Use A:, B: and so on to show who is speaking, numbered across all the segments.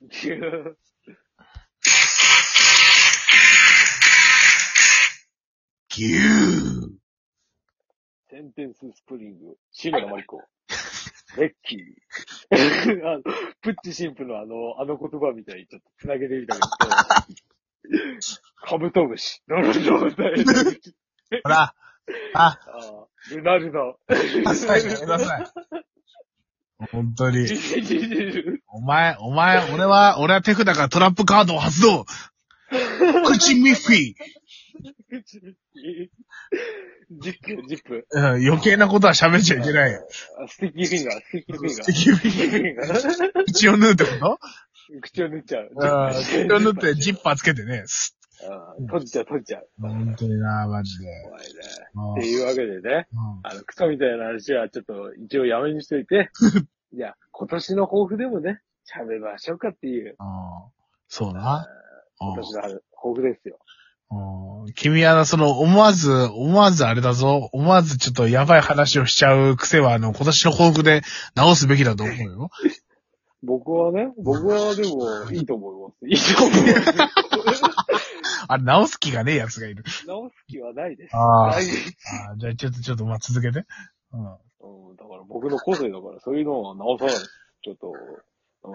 A: ぎゅー。
B: センテンススプリング、シーナマリ コ、レッキー。 あプッチ神父のあの、あの言葉みたいにちょっと繋げてみたけど、カブトムシ、ノロノロダイ
A: ほら、あ、
B: あールナルナ、
A: 確かにやめなさい。本当に
B: ジ。ジジジジ
A: お前、お前、俺は、俺は手札からトラップカードを発動口ミッフィー、
B: ジップ、ジップ、
A: うん、余計なことは喋っちゃいけないよ。
B: あスティッキーフィンガー、スティッキーフィンガー。
A: 口ミッフィー口を縫うってこと
B: 口を縫っちゃう。
A: うん。口を縫ってジッパーつけてね。す
B: あー閉じちゃう、閉じちゃう。
A: 本当にな、マジで。
B: 怖いね。
A: も
B: っ
A: う
B: ていうわけでね、
A: う
B: あの、クソみたいな話はちょっと一応やめにしとい て、いや、今年の抱負でもね、喋りましょうかっていう、
A: んうんそうな。
B: 今年の抱負ですよ。
A: うん君は、その、思わず、思わずあれだぞ。思わずちょっとやばい話をしちゃう癖は、あの、今年の抱負で直すべきだと思うよ。
B: 僕はね、僕はでも、いいと思い ます。いいと思います。
A: あれ、直す気がねえ奴がいる。
B: 直す気はないです。
A: あー
B: ないです。
A: あーじゃあ、ちょっと、ちょっと、まあ、続けて。うん。
B: うん、だから僕の個性だから、そういうのを直さない。ちょっと、うん、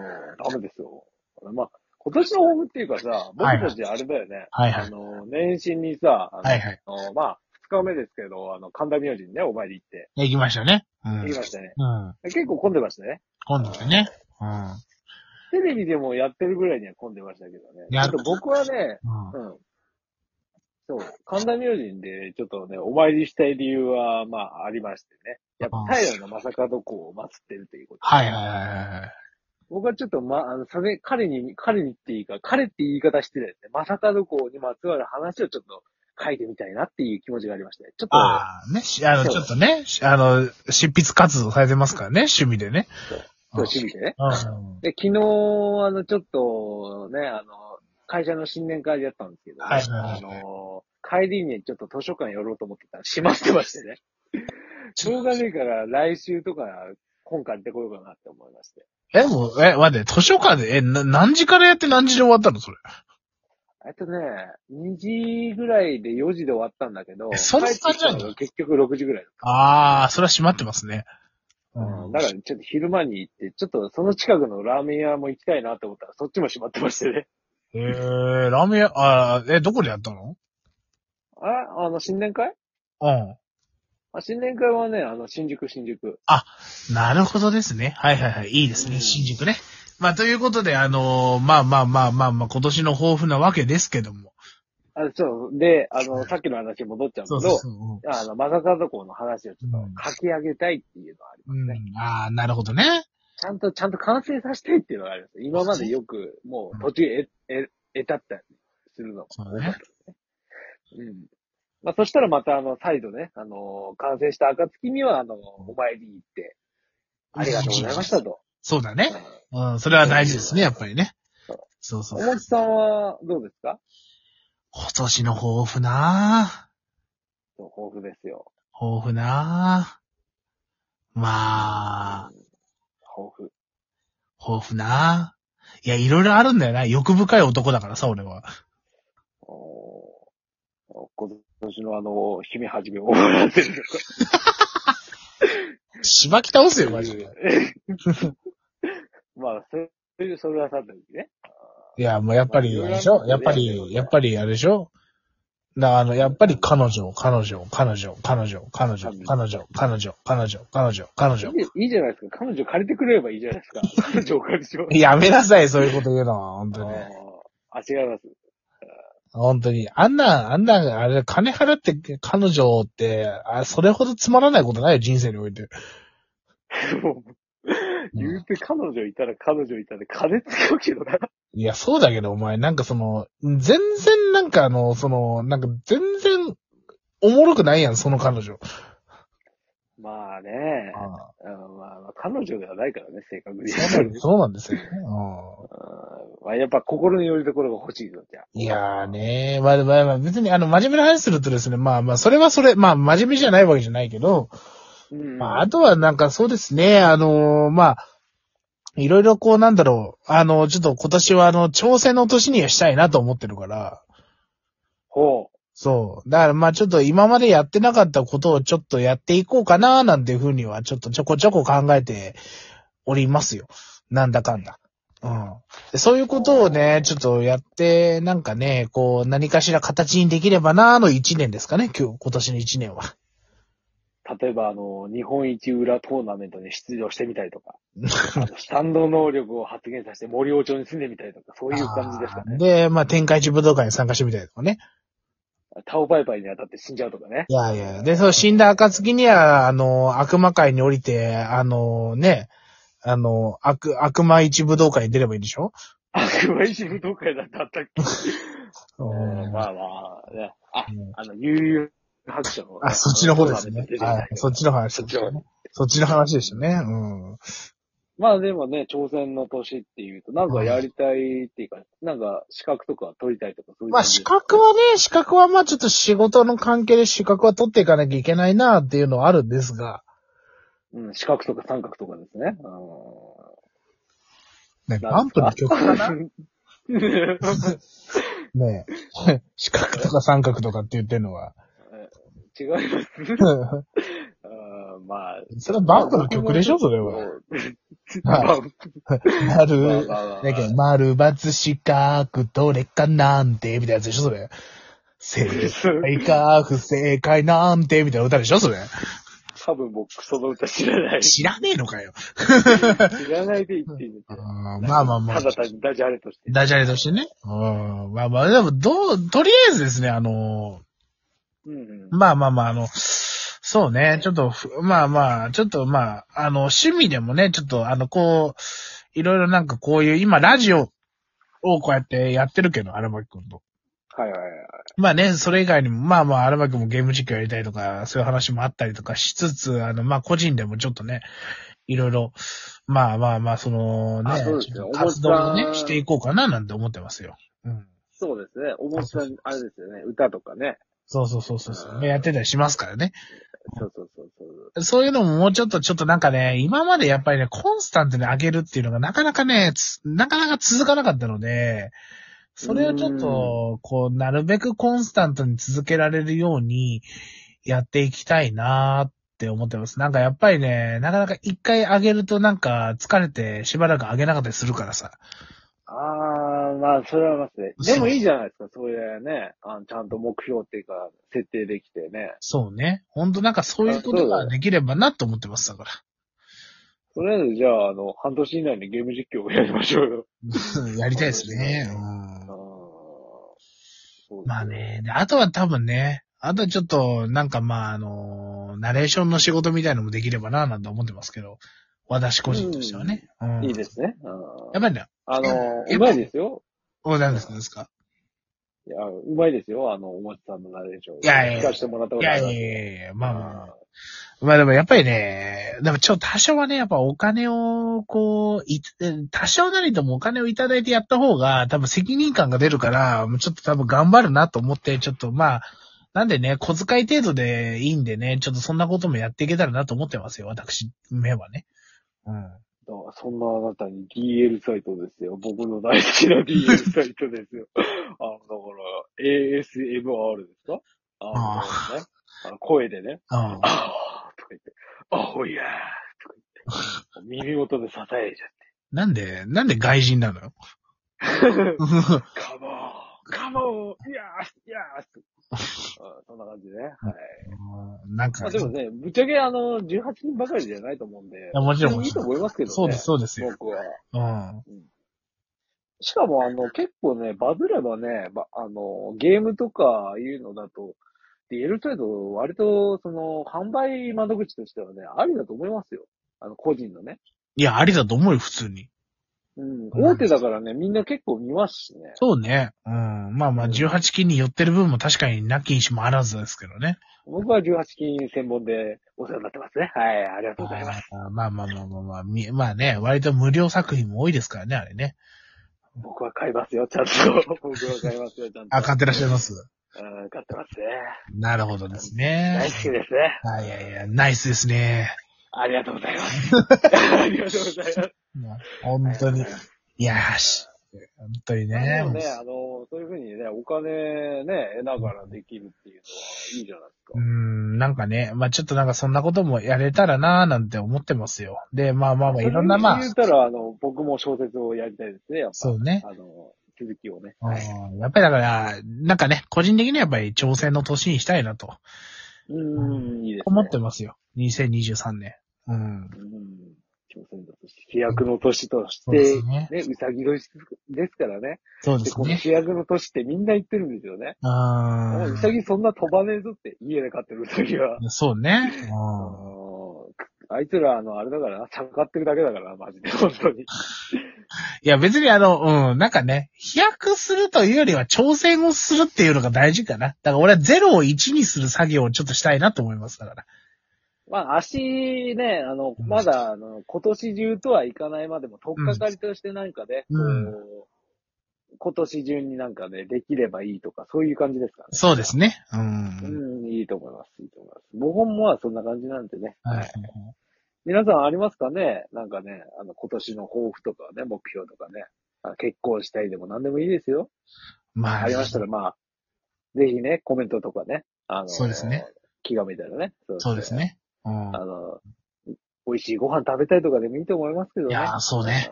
B: ダメですよ。まあ、今年の抱負っていうかさ、
A: はい
B: 僕たちあれだよね。
A: はいはい
B: あの、年始にさ、あの、
A: はいはい
B: あのまあ、二日目ですけど、あの、神田明神にね、お参り行って、
A: 行きましたね。うん。う
B: 行きましたね。
A: ん。
B: 結構混んでましたね。
A: 今度でね。うん。
B: テレビでもやってるぐらいには混んでましたけどね。
A: や
B: ちょっと僕はね、
A: うん。
B: うん。そう、神田明神でちょっとね、お参りしたい理由は、まあ、ありましてね。やっぱ、平の正門公を祀ってるということ。
A: はいはいはいはいはい。
B: 僕はちょっと、ま、あの、させ、彼に、彼にっていいか、彼って言い方してですね、まさかどこにまつわる話をちょっと書いてみたいなっていう気持ちがありましたね。ちょっと、
A: ああ、ね、しあの、
B: そう
A: ちょっとね、しあの、執筆活動されてますからね、趣味でね。
B: そう趣味でね。
A: うん。
B: で、昨日、あの、ちょっと、ね、あの、会社の新年会でやったんですけど、
A: はいはいはい
B: あの、帰りにちょっと図書館寄ろうと思ってたら閉まってまして ね。しょうがねえから来週とか今回ってこようかなって思いまして。
A: え、もう、え、待って、図書館で、え、な何時からやって何時で終わったのそれ。
B: えっとね、2時ぐらいで4時で終わったんだけど、
A: えそんな感じな
B: 帰って
A: の
B: きたが結局6時ぐらいだった
A: ああ、それは閉まってますね。
B: うんだからちょっと昼間に行って、ちょっとその近くのラーメン屋も行きたいなと思ったら、そっちも閉まってましてね。
A: えー、ラーメン屋、あーえ、どこでやったの
B: あ、あの、新年会
A: うん。
B: あ新年会はね、あの、新宿、新宿。
A: なるほどですね。はいはいはい。いいです
B: う
A: ね。
B: ん
A: 新宿ね。まあ、ということで、あのーまあまあまあまあまあ、今年の抱負なわけですけども。
B: あ、そう。で、あの、さっきの話に戻っちゃうけど、
A: そうそうそう。
B: あの、まさかどこの話をちょっと書き上げたいっていうのはありま
A: う
B: す
A: ん。
B: ね。
A: うん、ああ、なるほどね。
B: ちゃんと、ちゃんと完成させたいっていうのがあります。今までよく、もう途中え、え、得たったりするの。
A: そうね。
B: うん。まあ、そしたらまた、あの、再度ね、あの、完成した暁には、あの、お参りに行って、ありがとうございましたと。
A: そうだ
B: う
A: ね。
B: ん
A: うん、それは大事ですね、やっぱりね
B: そう。
A: そうそ
B: お
A: う。
B: もちさんはどうですか
A: 今年の抱負な
B: そう豊富ですよ。
A: ぁ。抱負なぁ。まあ、
B: 豊富。
A: 豊富な。いや、いろいろあるんだよな。欲深い男だからさ、俺は。
B: おー今年のあの、姫はじめ終わらせる
A: しばき倒すよ、
B: と
A: マ
B: か
A: ジで。
B: まあ、そういう、それはさておきね。
A: いや、もうやっぱり、あれでしょやっぱり、やっぱり、あれでしょな、あの、やっぱり彼女、彼女、彼女、彼女、彼女、彼女、彼女、彼女、彼女、彼女。
B: いいいいじゃないですか。彼女借りてくれればいいじゃないですか。彼女お借りしよう。
A: やめなさい、そういうこと言うのは、本当に。
B: あーあ、違います。
A: 本当に。あんな、あんな、あれ、金払って彼女って、あ、それほどつまらないことないよ、人生において。
B: もう言うて彼女いたら彼女いたら金使うけどな。
A: いや、そうだけど、お前、なんかその、全然なんかあの、その、なんか全然、おもろくないやん、その彼女。
B: まあね。
A: あ
B: うんまあ、まあ彼女ではないからね、正確に。
A: そうなんですよね。
B: うんまあ、やっぱ心のよりどころが欲しいのじゃあ。
A: うんいやーねまあまあまあ、別にあの、真面目な話するとですね、まあまあ、それはそれ、まあ、真面目じゃないわけじゃないけど、
B: うん。
A: まあ、あとはなんかそうですね、あのーまあ、いろいろこうなんだろう、あの、ちょっと今年はあの、挑戦の年にはしたいなと思ってるから、
B: ほ
A: そう。だからまあちょっと今までやってなかったことをちょっとやっていこうかななんていうふうにはちょっとちょこちょこ考えておりますよ。なんだかんだ。うん。でそういうことをね、ちょっとやって、なんかね、こう何かしら形にできればなーの一年ですかね、今日、今年の一年は。
B: う。例えば、あの、日本一裏トーナメントに出場してみたりと か、あとスタンド能力を発現させて森王町に住んでみたりとか、そういう感じですか
A: あー
B: ね。
A: で、まあ天下一武道会に参加してみたりとかね。
B: タオパイパイに当たって死んじゃうとかね。
A: いやいや、で、そう、死んだ暁には、あの、悪魔界に降りて、あの、ね、あの、悪、悪魔一武道会に出ればいいんでしょ
B: 悪魔石武道会だったったっけ、うん
A: あ、
B: まあまあ、ね、あ
A: うん、
B: あの、悠々白書の。
A: あ、そっちの方ですね。はい、そっ
B: ち。
A: ちの話ですね。そっちの話でしたね。うん。
B: まあでもね、挑戦の年っていうと、なんかやりたいっていうか、なんか資格とか取りたいとかそういう
A: ま
B: 感
A: あ、
B: じ
A: 資
B: ですか。
A: 格はね、資格はまあ、ちょっと仕事の関係で資格は取っていかなきゃいけないなっていうのはあるんですが、
B: うん、資格とか三角とかですね。うん
A: ね、バンプの曲か なねえ四角とか三角とかって言ってるの は。
B: 違います。うんまあ。
A: それはバンプの曲でしょそれは。
B: バ ン
A: な
B: プまあ
A: る。
B: まあまあ
A: だけど、丸×四角どれかなんて、みたいなやつでしょそ れ。正解か不正解なんて、みたいな歌でしょそれ。
B: 多分僕その歌知らない。
A: 知らねえのかよ。
B: 知らないで言っていいの
A: う
B: か
A: んまあまあまあ
B: た。だ単にダジャレとして。
A: ダジャレとしてね。うんまあまあ、でも、どう、とりあえずですね、あの、
B: うんうん。
A: まあまあまあ、あの、そうね、ちょっとふ、まあまあ、ちょっとまあ、あの、趣味でもね、ちょっと、あの、こう、いろいろなんかこういう、今、ラジオをこうやってやってるけど、荒牧くんと。
B: はいはいはい。
A: まあね、それ以外にも、まあまあ、荒牧もゲーム実況やりたいとか、そういう話もあったりとかしつつ、あの、まあ個人でもちょっとね、いろいろ、まあまあまあ、そのね、
B: あそうですよ
A: ちょっと活動を
B: お
A: ね、
B: もちゃ
A: していこうかななんて思ってますよ。うん。
B: そうですね。おもちゃ、あれですよね。歌とかね。
A: そうそうそうそうそうう。
B: ん
A: ねやってたりしますからね。
B: そうそうそうそう。
A: そういうのももうちょっと、ちょっとなんかね、今までやっぱりね、コンスタントに上げるっていうのがなかなかね、つなかなか続かなかったので、それをちょっと、こう、なるべくコンスタントに続けられるようにやっていきたいなーって思ってます。なんかやっぱりね、なかなか一回上げるとなんか疲れてしばらく上げなかったりするからさ。
B: あー、まあ、それはますね。でもいいじゃないですか。そういうね、あのちゃんと目標っていうか、設定できてね。
A: そうね。ほんとなんかそういうこ
B: あそ
A: と
B: うだ
A: が
B: ね
A: できればなと思ってます、だから。
B: とりあえず、じゃあ、あの、半年以内にゲーム実況をやりましょうよ。
A: やりたいですね。う
B: あ
A: ん
B: ーそうですよ
A: まあ。ね、であとは多分ね、あとはちょっと、なんかまあ、あのナレーションの仕事みたいのもできればな、なんて思ってますけど、私個人としてはね。うん
B: いいですね。
A: やっ
B: うん
A: ぱりね、
B: あの、
A: や
B: う
A: っぱ
B: まいですよ。
A: お、何ですか、何ですか。
B: いや、うまいですよ。あの、おもちさんのナレーション。
A: いやいやいや
B: 聞かせてもらったこ
A: い
B: とあ
A: や
B: りま
A: いや
B: す
A: いやいや、まあまあまあ
B: あ。
A: まあでもやっぱりね、でもちょっと多少はね、やっぱお金を、こう、い多少なりともお金をいただいてやった方が、多分責任感が出るから、もうちょっと多分頑張るなと思って、ちょっとまあ、なんでね、小遣い程度でいいんでね、ちょっとそんなこともやっていけたらなと思ってますよ、私、目はね。うん。
B: そんなあなたに DL サイトですよ。僕の大好きな DL サイトです よ。あの、だから、ASMR ですかあの、ね、あの声でね、
A: あ
B: あ
A: あ
B: ーとか言って、あほやーとか言 って、耳元で支えちゃって
A: なんで、なんで外人な のよ。
B: カモ ーカモーいやーいやーって あそんな感じね。はい。
A: なんか、
B: まあでもね、ぶっちゃけあの、18人ばかりじゃないと思うんで。
A: やもちろん
B: いいと思いますけどね。
A: そうです、そうですよ。
B: 僕は。
A: うん。
B: しかも、あの、結構ね、バズればね、ばあの、ゲームとかいうのだと、DL サイト、割と、その、販売窓口としてはね、ありだと思いますよ。あの、個人のね。
A: いや、ありだと思うよ、普通に。
B: うん。
A: うん
B: 大手だからね、みんな結構見ますしね。
A: そうね。うん。まあまあ、
B: うん
A: 18金に寄ってる分も確かになきにしもあらずですけどね。
B: 僕は18金専門でお世話になってますね。はい、ありがとうございます。
A: あーまあまあまあまあまあ、みまあね、割と無料作品も多いですからね、あれね。
B: 僕は買いますよ、ちゃんと。 僕は買いますよ、ちゃんと。
A: あ、買ってらっしゃいます。
B: うん、買ってますね。
A: なるほどです
B: 大
A: ね
B: 好。きですね。
A: あいやいや、ナイスですね。
B: ありがとうござい ます。ありがとうございます。
A: まあ本当に。いやーし、本当にね
B: で。もね、あの、そういうふうにね、お金ね、得ながらできるっていうのはいいじゃないですか
A: う。ん、なんかね、まあちょっとなんかそんなこともやれたらなーなんて思ってますよ。で、まあまあまあいろんなまあ
B: それ、言ったら、あの、僕も小説をやりたいですね、やっぱ。
A: そうね。
B: あの、続きをね。
A: うんやっぱりだから、なんかね、個人的にはやっぱり挑戦の年にしたいなと
B: うーん、いいですね。
A: 思ってますよ。2023年。うん。
B: うん。挑戦だとして、飛躍の年とし
A: そうです
B: て、
A: ね。
B: ね、うさぎ年ですからね。
A: そうで
B: で、
A: す
B: この
A: ね。
B: 飛躍の年ってみんな言ってるんですよね。
A: あ
B: もううさぎそんな飛ばねえぞって、家で飼ってるうさぎは。
A: そうね。
B: あ
A: うん
B: のあいつら、あの、あれだからな、下がってるだけだからな、マジで、本当に。
A: いや別にあの、うん、なんかね、飛躍するというよりは挑戦をするっていうのが大事かな。だから俺は0を1にする作業をちょっとしたいなと思いますだから。
B: まあ、足ね、あの、
A: うん
B: まだ、あの、今年中とはいかないまでも、とっかかりとしてなんかね、
A: うん
B: こう今年中になんかね、できればいいとか、そういう感じですかね。
A: そうですね。う。
B: うんん、いいと思います、いいと思います。僕もまあ、そんな感じなんでね。
A: はい。
B: 皆さんありますかねなんかね、あの、今年の抱負とかね、目標とかね、あ結婚したいでも何でもいいですよ。
A: まあ、
B: ありましたら、まあ、ぜひね、コメントとかね、あの、
A: そうですね。
B: 気が向いたらね。
A: そうです。ね。うん
B: あ。の、美味しいご飯食べたいとかでもいいと思いますけど
A: い
B: ね。
A: やーそうね。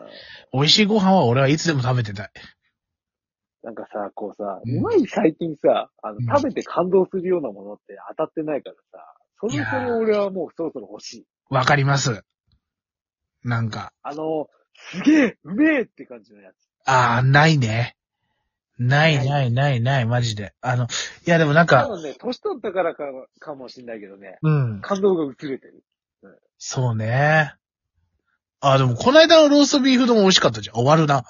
A: 美味しいご飯は俺はいつでも食べてたい。
B: なんかさ、こうさ、
A: うん
B: うまい最近さ、あ
A: うん
B: の、食べて感動するようなものって当たってないからさ、そろそ
A: いやー
B: ろ俺はもうそろそろ欲しい。
A: わかります。なんか、
B: あの、すげえうめえって感じのやつ。
A: ああ、ないね。ないないないない、マジで。あの、いやでもなん
B: 多
A: か、
B: 分ね、年取ったからかかもしんないけどね、
A: うん。
B: 感動が薄れてる。
A: そうね。あ、でもこの間のローストビーフ丼美味しかったじゃん。終わるな。